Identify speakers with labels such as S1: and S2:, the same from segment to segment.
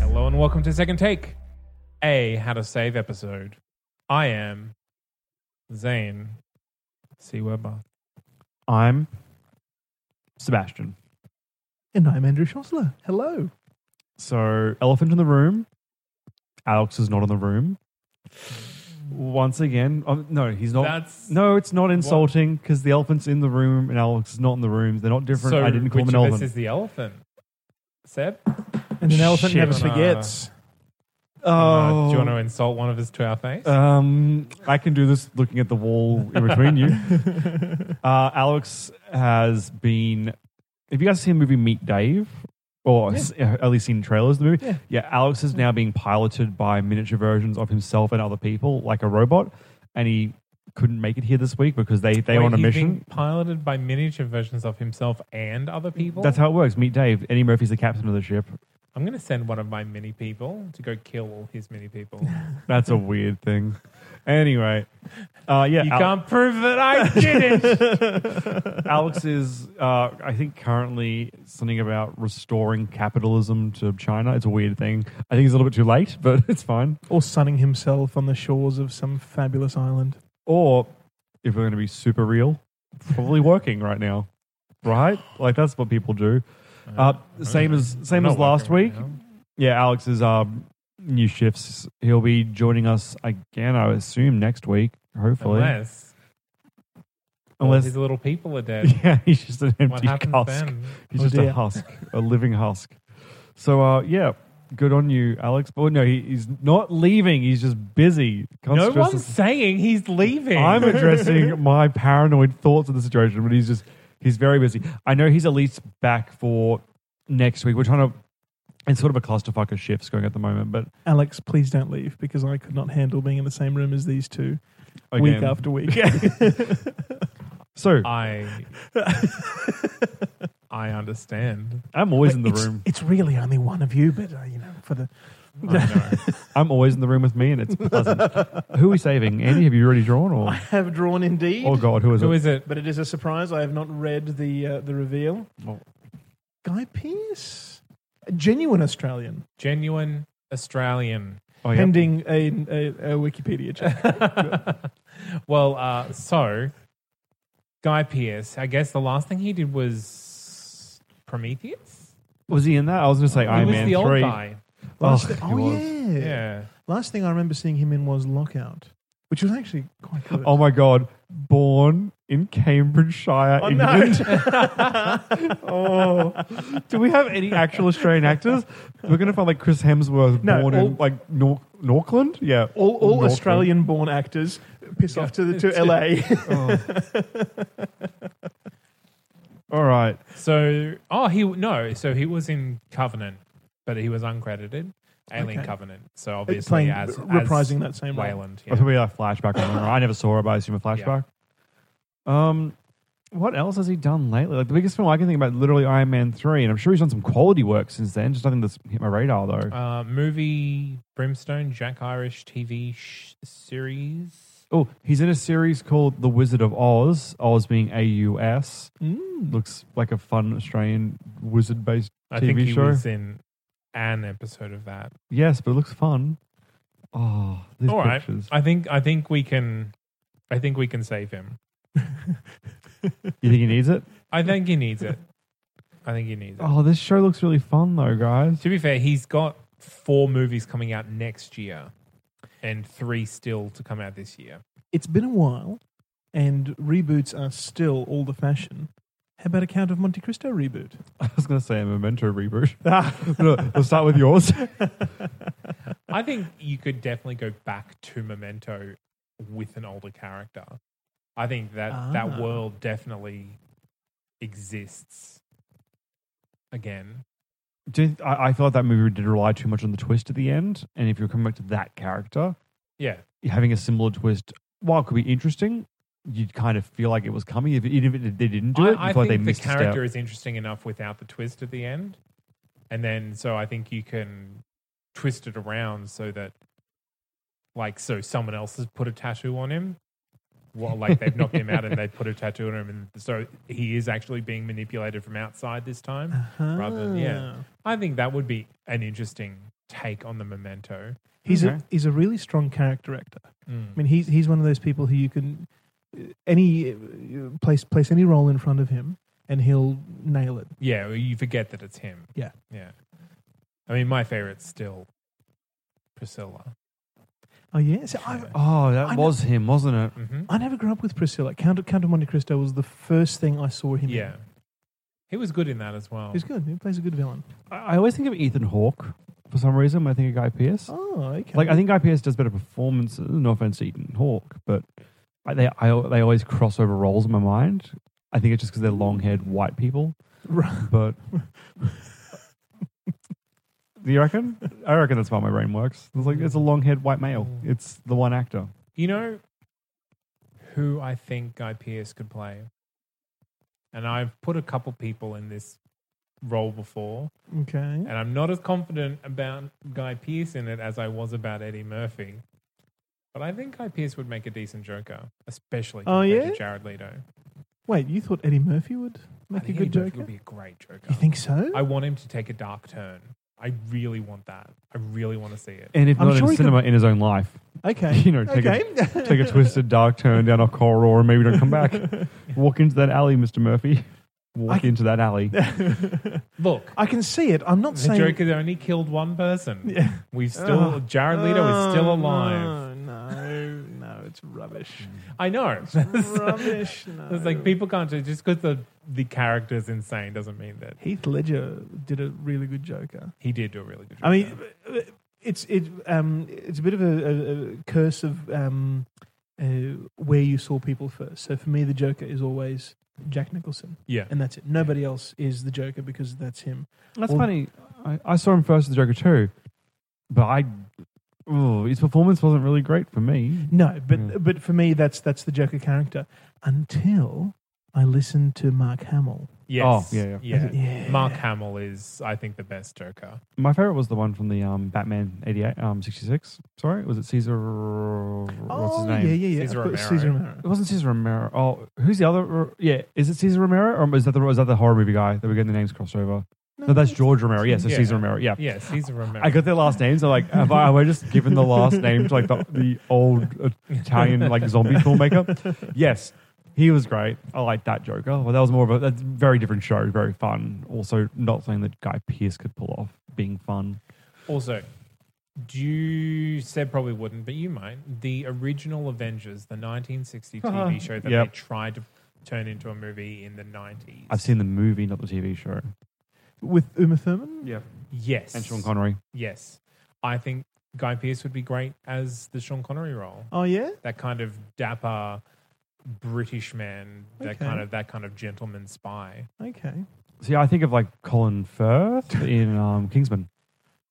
S1: Hello and welcome to Second Take, a how to save episode. I am Zane C. Weber.
S2: I'm Sebastian.
S3: And I'm Andrew Schossler. Hello.
S2: So, elephant in the room. Alex is not in the room. Once again, um, no, he's not.
S1: That's
S2: no, it's not insulting because the elephant's in the room and Alex is not in the room. They're not different. I didn't call
S1: which
S2: him
S1: of
S2: an
S1: us
S2: elephant.
S1: is the elephant? Seb,
S3: And an elephant
S2: Shit.
S3: never
S2: Uh,
S3: forgets.
S1: Uh,
S2: oh,
S1: do you want to insult one of us to our face?
S2: Um, I can do this looking at the wall in between you. Uh, Alex has been. Have you guys seen the movie Meet Dave? Or s- uh, at least seen trailers of the movie? Yeah. Alex is now being piloted by miniature versions of himself and other people, like a robot. And he couldn't make it here this week because they, they
S1: Wait,
S2: were on a
S1: he's
S2: mission.
S1: being piloted by miniature versions of himself and other people.
S2: That's how it works. Meet Dave. Eddie Murphy's the captain of the ship.
S1: I'm going to send one of my mini people to go kill all his mini people.
S2: That's a weird thing. Anyway, uh, yeah,
S1: you
S2: Al-
S1: can't prove that I did it.
S2: Alex is, uh, I think, currently something about restoring capitalism to China. It's a weird thing. I think it's a little bit too late, but it's fine.
S3: Or sunning himself on the shores of some fabulous island.
S2: Or if we're going to be super real, probably working right now, right? Like that's what people do. Uh, same as same
S1: Not
S2: as last
S1: working
S2: week.
S1: right now.
S2: Yeah, Alex's um, new shifts. He'll be joining us again, I assume, next week. Hopefully,
S1: Unless, unless
S2: Unless-
S1: his little people are dead.
S2: yeah, he's just an
S1: what
S2: empty
S1: happens
S2: husk.
S1: then?
S2: He's
S3: Oh,
S2: just
S3: dear.
S2: a husk, a living husk. So uh, yeah, good on you, Alex. But no, he, he's not leaving. He's just busy. Can't
S1: No
S2: stress
S1: one's
S2: this-
S1: saying he's leaving.
S2: I'm addressing my paranoid thoughts of the situation, but he's just he's very busy. I know he's at least back for next week. We're trying to. It's sort of a clusterfuck of shifts going at the moment, but
S3: Alex, please don't leave because I could not handle being in the same room as these two
S2: again,
S3: week after week.
S2: So
S1: I I understand.
S2: I'm always in the
S3: it's,
S2: room.
S3: It's really only one of you, but uh, you know, for the
S1: I know.
S2: I'm always in the room with me, and it's pleasant. who are we saving? Andy, have you already drawn,
S3: I
S2: or
S3: have drawn indeed.
S2: oh god, who is
S1: Who
S2: it?
S1: is it?
S3: But it is a surprise. I have not read the uh, the reveal.
S2: Oh.
S3: Guy Pearce, a genuine Australian,
S1: Genuine Australian.
S2: Oh, yeah.
S3: pending a, a, a Wikipedia check.
S1: well, uh, so Guy Pearce, I guess the last thing he did was Prometheus.
S2: Was he in that? I was going to say
S1: he
S2: Iron
S1: was
S2: Man
S1: the old
S2: three.
S1: guy.
S3: Last
S2: Oh,
S3: thi-
S2: he
S3: oh,
S2: was.
S3: yeah.
S1: Yeah.
S3: Last thing I remember seeing him in was Lockout, which was actually quite good.
S2: Oh my god, born in Cambridgeshire,
S3: Oh, no.
S2: England. oh, do we have any actual Australian actors? We're gonna find like Chris Hemsworth,
S3: No,
S2: born
S3: all-
S2: in like Nor- Norkland. Yeah,
S3: all all
S2: Norkland.
S3: Australian born actors piss off to the to LA.
S2: Oh. All right,
S1: So, oh, he no. So he was in Covenant, but he was uncredited. Alien
S3: Okay.
S1: Covenant. So obviously,
S3: playing-
S1: as
S3: reprising that
S1: as
S3: same role.
S1: Wayland. Yeah.
S2: Or probably a flashback. I, remember. I never saw it, but I assume a flashback. Um, what else has he done lately? Like the biggest film I can think about, is literally Iron Man three, and I'm sure he's done some quality work since then. Just nothing that's hit my radar though.
S1: Uh, movie Brimstone, Jack Irish TV sh- series.
S2: Oh, he's in a series called The Wizard of Oz. Oz being A U S. Looks like a fun Australian wizard-based
S1: Mm. I
S2: TV
S1: think he
S2: show.
S1: was in an episode of that.
S2: yes, but it looks fun. Oh, these
S1: All right,
S2: pictures.
S1: I think I think we can, I think we can save him.
S2: You think he needs it?
S1: I think he needs it. I think he needs it.
S2: Oh, this show looks really fun though, guys.
S1: To be fair, he's got four movies coming out next year, and three still to come out this year.
S3: It's been a while, and reboots are still all the fashion. How about a Count of Monte Cristo reboot?
S2: I was going to say a memento reboot. No, We'll start with yours.
S1: I think you could definitely go back to Memento with an older character. I think that
S3: Ah.
S1: that world definitely exists again.
S2: Do you, I, I feel like that movie did rely too much on the twist at the end. And if you're coming back to that character,
S1: Yeah,
S2: having a similar twist, while it could be interesting, you'd kind of feel like it was coming. If, even if they didn't do it,
S1: I, I
S2: you feel
S1: think
S2: like they
S1: the
S2: missed a step.
S1: character is interesting enough without the twist at the end, and then so I think you can twist it around so that, like, so someone else has put a tattoo on him. Well, like they've knocked him out and they put a tattoo on him, and so he is actually being manipulated from outside this time. Rather than- yeah.
S3: Ah.
S1: I think that would be an interesting take on the memento.
S3: He's a
S2: Okay.
S3: he's a really strong character actor. I
S1: Mm.
S3: mean, he's he's one of those people who you can any place place any role in front of him and he'll nail it.
S1: Yeah, well, you forget that it's him.
S3: Yeah.
S1: Yeah. I mean, my favorite's still Priscilla.
S3: Oh yeah, so I,
S1: Yeah.
S2: Oh, that
S3: I know-
S2: was him, wasn't it?
S1: hmm
S3: I never grew up with Priscilla. Count of, Count of Monte Cristo was the first thing I saw him.
S1: Yeah. He was good in that as well.
S3: in. he's good. He plays a good villain.
S2: I, I always think of Ethan Hawke for some reason. When I think of Guy Pearce.
S3: Oh, okay.
S2: Like I think Guy Pearce does better performances. No offense, to Ethan Hawke, but I, they I, they always cross over roles in my mind. I think it's just because they're long-haired white people.
S3: Right.
S2: But do you reckon? I reckon that's why my brain works. It's like it's a long-haired white male. It's the one actor.
S1: You know who I think Guy Pearce could play? And I've put a couple people in this role before,
S3: okay.
S1: and I'm not as confident about Guy Pearce in it as I was about Eddie Murphy. But I think Guy Pearce would make a decent Joker, especially
S3: Oh,
S1: compared
S3: yeah?
S1: to Jared Leto.
S3: Wait, you thought Eddie Murphy would make
S1: I
S3: a
S1: think
S3: good
S1: Eddie Murphy
S3: Joker?
S1: would be a great Joker.
S3: You think so?
S1: I want him to take a dark turn. I really want that. I really want to see it.
S2: And if
S3: I'm
S2: not
S3: sure
S2: in
S3: he could-
S2: cinema, in his own life,
S3: okay.
S2: you know, take
S3: okay.
S2: a take a twisted dark turn down a corridor, and maybe don't come back. Walk into that alley, Mister Murphy. Walk
S3: I-
S2: into that alley.
S1: Look,
S3: I can see it. I'm not
S1: the
S3: saying
S1: Joker only killed one person.
S3: Yeah.
S1: We've still
S3: Oh.
S1: Jared Leto is still
S3: Oh,
S1: alive.
S3: No, no, no, it's rubbish.
S1: I know.
S3: rubbish. No.
S1: It's like people can't do- just because the the character's insane doesn't mean that
S3: Heath Ledger did a really good Joker.
S1: he did do a really good job.
S3: I mean, it's it um it's a bit of a, a, a curse of um uh, where you saw people first. So for me, the Joker is always Jack Nicholson,
S1: yeah,
S3: and that's it. Nobody else is the Joker because that's him.
S2: That's
S3: Well-
S2: funny. I, I saw him first as Joker too, but I, oh, his performance wasn't really great for me.
S3: No, but
S2: Yeah.
S3: but for me, that's that's the Joker character until I listened to Mark Hamill.
S1: yes,
S2: Oh, yeah,
S1: yeah.
S3: Yeah.
S1: Mark Hamill is, I think, the best Joker.
S2: My favorite was the one from the um, Batman eighty eight, um, sixty six. Sorry, was it Caesar? What's his
S3: oh
S2: name?
S3: yeah, yeah, yeah.
S1: Cesar
S3: of course,
S1: Romero.
S3: Cesar Romero.
S2: It wasn't Caesar Romero. Oh, who's the other? Yeah, is it Caesar Romero or is that the was that the horror movie guy that we're getting the names crossed over? No, that's George Romero. Yes, it's
S1: Yeah.
S2: Caesar Romero. Yeah.
S1: Yes, he's a Romero.
S2: I got their last names. I'm like, have I, have I just given the last name to like the, the old Italian like zombie filmmaker? Yes, he was great. I liked that Joker. Well, that was more of a that's a very different show, very fun. Also, not something that Guy Pearce could pull off, being fun.
S1: Also, do you said probably wouldn't, but you might. The original Avengers, the 1960 TV show that
S2: Yep.
S1: they tried to turn into a movie in the 90s.
S2: I've seen the movie, not the TV show.
S3: with Uma Thurman.
S2: Yeah,
S1: Yes.
S2: and Sean Connery.
S1: Yes. I think Guy Pearce would be great as the Sean Connery role.
S3: Oh yeah,
S1: That kind of dapper British man, that
S3: Okay.
S1: kind of that kind of gentleman spy.
S3: okay,
S2: See, I think of like Colin Firth in um, Kingsman.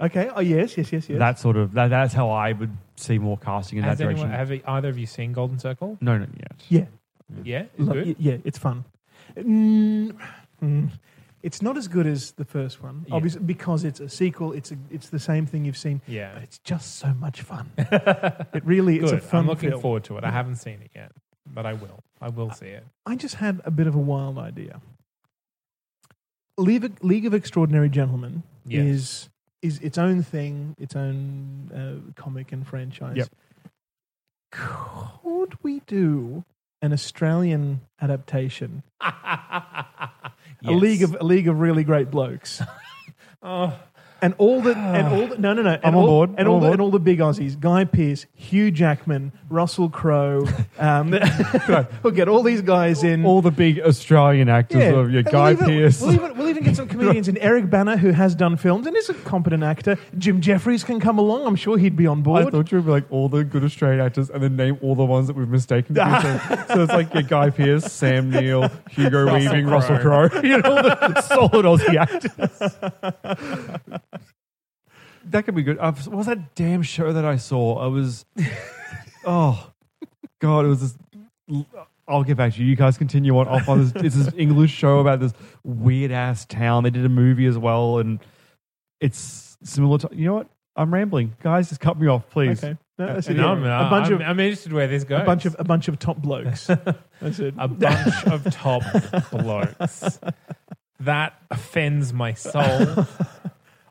S3: okay. Oh yes, yes, yes, yes.
S2: That sort of that, that's how I would see more casting in
S1: Has
S2: that
S1: anyone
S2: direction.
S1: have e, either of you seen Golden Circle?
S2: no, not yet.
S3: yeah,
S1: Yeah, it's
S3: Lo-
S1: good.
S3: y- yeah, it's fun. Mm, mm. it's not as good as the first one,
S1: Yeah.
S3: obviously, because it's a sequel. It's a, it's the same thing you've seen,
S1: Yeah,
S3: but it's just so much fun. it really is a
S1: good.
S3: fun.
S1: I'm looking
S3: film. Uh,
S1: forward to it. I haven't seen it yet, but I will. I will see it.
S3: I just had a bit of a wild idea. League of, League of Extraordinary Gentlemen
S1: Yes.
S3: is is its own thing, its own uh, comic and franchise.
S2: Yep.
S3: Could we do an Australian adaptation? A
S1: Yes.
S3: league of a league of really great blokes,
S1: Oh,
S3: and all the and all the, no no no and
S2: I'm on
S3: all,
S2: board.
S3: and
S2: I'm
S3: all
S2: on
S3: the,
S2: board.
S3: and all the big Aussies Guy Pearce Hugh Jackman Russell Crowe um, we'll get all these guys in
S2: All the big Australian actors of your
S3: And
S2: Guy
S3: we'll even-
S2: Pearce.
S3: We'll even, we'll even get some comedians in Eric Banner, who has done films and is a competent actor. Jim Jeffries can come along. I'm sure he'd be on
S2: I
S3: board.
S2: thought you would be like all the good Australian actors and then name all the ones that we've mistaken. To be so, so it's like your Guy Pearce, Sam Neill, Hugo
S1: Russell
S2: Weaving,
S1: Crowe.
S2: Russell Crowe. You know, all the solid Aussie actors. that could be good. Uh, what was that damn show that I saw? I was, oh, God, it was this. I'll get back to you. You guys continue on. I'll find this. It's this English show about this weird ass town. They did a movie as well, and it's similar to. You know what? I'm rambling, guys. Just cut me off, please.
S3: okay, no, that's it.
S1: No, I'm,
S3: a bunch
S1: I'm,
S3: of
S1: I'm interested where this goes.
S3: a bunch of a bunch of top blokes. That's it.
S1: a bunch of top blokes. That offends my soul.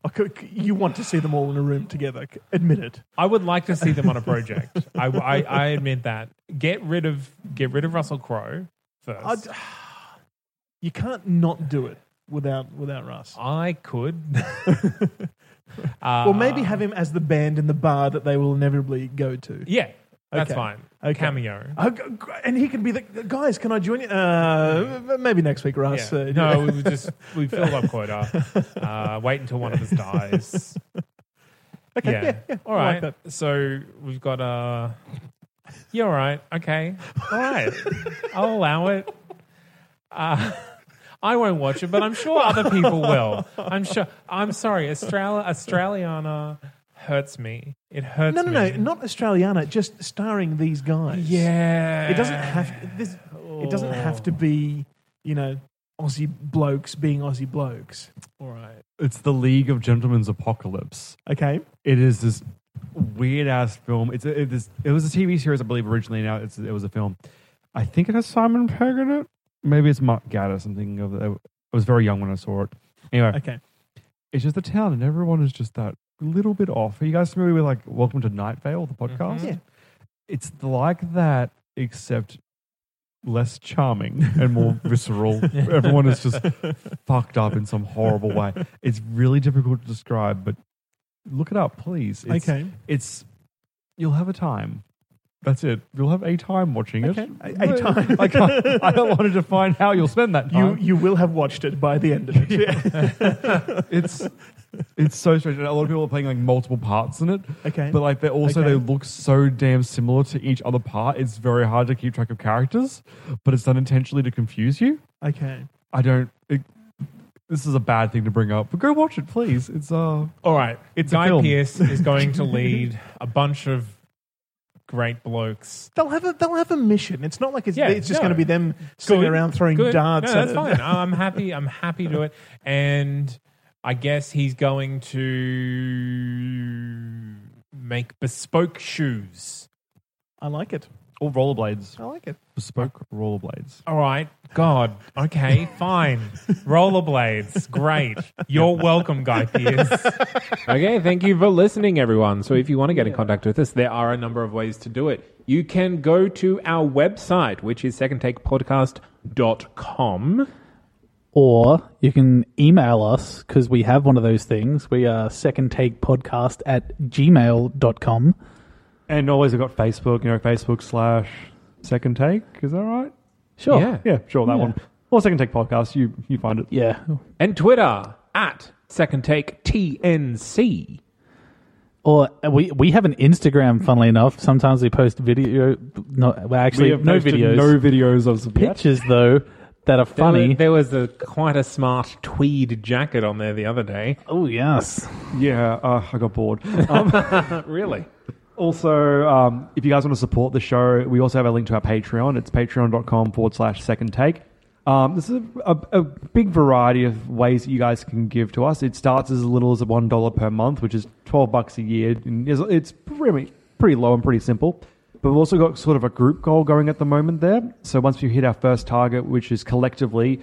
S3: Oh, c- c- You want to see them all in a room together? C- Admit it.
S1: I would like to see them on a project. I, I, I admit that. Get rid of get rid of Russell Crowe
S3: i
S1: first.
S3: you can't not do it without without Russ.
S1: I could. Uh,
S3: or maybe have
S1: Ah.
S3: him as the band in the bar that they will inevitably go to.
S1: Yeah, that's
S3: Okay.
S1: fine.
S3: Okay.
S1: Cameo.
S3: Oh, g- g- and he can be the guys. Can I join you? Uh, maybe next week, Russ.
S1: Yeah.
S3: Uh,
S1: no, we were just we filled up quota. Uh, wait until one of us dies. Okay. Yeah. all
S3: I like
S1: right. so we've got Uh, you're all right. Okay. All right. I'll allow it. Uh, I won't watch it, but I'm sure other people will. I'm sure. I'm sorry. Australia, Australiana hurts me. It hurts.
S3: No, no, no,
S1: me.
S3: not Australiana. Just starring these guys.
S1: Yeah.
S3: it doesn't have to, this, it doesn't have to be you know Aussie blokes being Aussie blokes.
S1: All right.
S2: It's the League of Gentlemen's Apocalypse.
S3: Okay,
S2: It is this weird ass film. It's a, it, is, it was a TV series, I believe, originally. Now it's it was a film. I think it has Simon Pegg in it. Maybe it's Mark Gatiss. Something of the, I was very young when I saw it. Anyway,
S3: okay.
S2: it's just the town, and everyone is just that little bit off. Are you guys familiar with like Welcome to Night Vale, the podcast?
S3: Yeah.
S2: It's like that, except less charming and more visceral. Everyone is just fucked up in some horrible way. It's really difficult to describe, but look it up, please. It's,
S3: okay,
S2: It's you'll have a time. That's it. You'll have a time watching
S3: okay.
S2: it.
S3: A, a time.
S2: I, can't, I don't want to define how you'll spend that time
S1: Um.
S3: You you will have watched it by the end of it.
S2: it's it's so strange. And a lot of people are playing like multiple parts in it.
S3: Okay.
S2: But like they also
S3: Okay.
S2: they look so damn similar to each other part. It's very hard to keep track of characters, but it's done intentionally to confuse you.
S3: Okay.
S2: I don't. It, this is a bad thing to bring up, but go watch it, please. It's uh.
S1: All right.
S2: It's a
S1: Guy
S2: film.
S1: Pearce is going to lead a bunch of great blokes.
S3: They'll have a they'll have a mission. It's not like it's
S1: Yeah,
S3: it's just
S1: no.
S3: going to be them sitting
S1: Good,
S3: around throwing
S1: good.
S3: darts.
S1: No,
S3: at
S1: that's
S3: it.
S1: fine. I'm happy. I'm happy to do it. And I guess he's going to make bespoke shoes.
S3: I like it.
S2: All rollerblades,
S3: I like it.
S2: bespoke rollerblades.
S1: All right. God. Okay. Fine. Rollerblades. Great. You're welcome, Guy Pearce. okay. Thank you for listening, everyone. So, if you want to get in contact with us, there are a number of ways to do it. You can go to our website, which is secondtakepodcast.com.
S4: Or you can email us because we have one of those things. We are second take podcast at gmail.com.
S2: And always I've got Facebook. You know, Facebook slash Second Take. Is that right?
S4: Sure.
S1: Yeah.
S2: Yeah, sure. That one. Or Second Take podcast. You you find it.
S4: Yeah.
S1: and Twitter at Second Take TNC.
S4: Or uh, we we have an Instagram, funnily enough. Sometimes we post video. No, well, actually, no
S2: posted
S4: videos.
S2: No videos of yet.
S4: Pictures, though, that are funny.
S1: There was a quite a smart tweed jacket on there the other day.
S4: Oh, yes.
S2: Yeah, uh, I got bored.
S1: Really?
S2: also, um, if you guys want to support the show, we also have a link to our Patreon. It's patreon.com forward slash second take. Um, this is a, a, a big variety of ways that you guys can give to us. It starts as little as $1 per month, which is 12 bucks a year. And it's, it's pretty, pretty low and pretty simple. But we've also got sort of a group goal going at the moment there. So once we hit our first target, which is collectively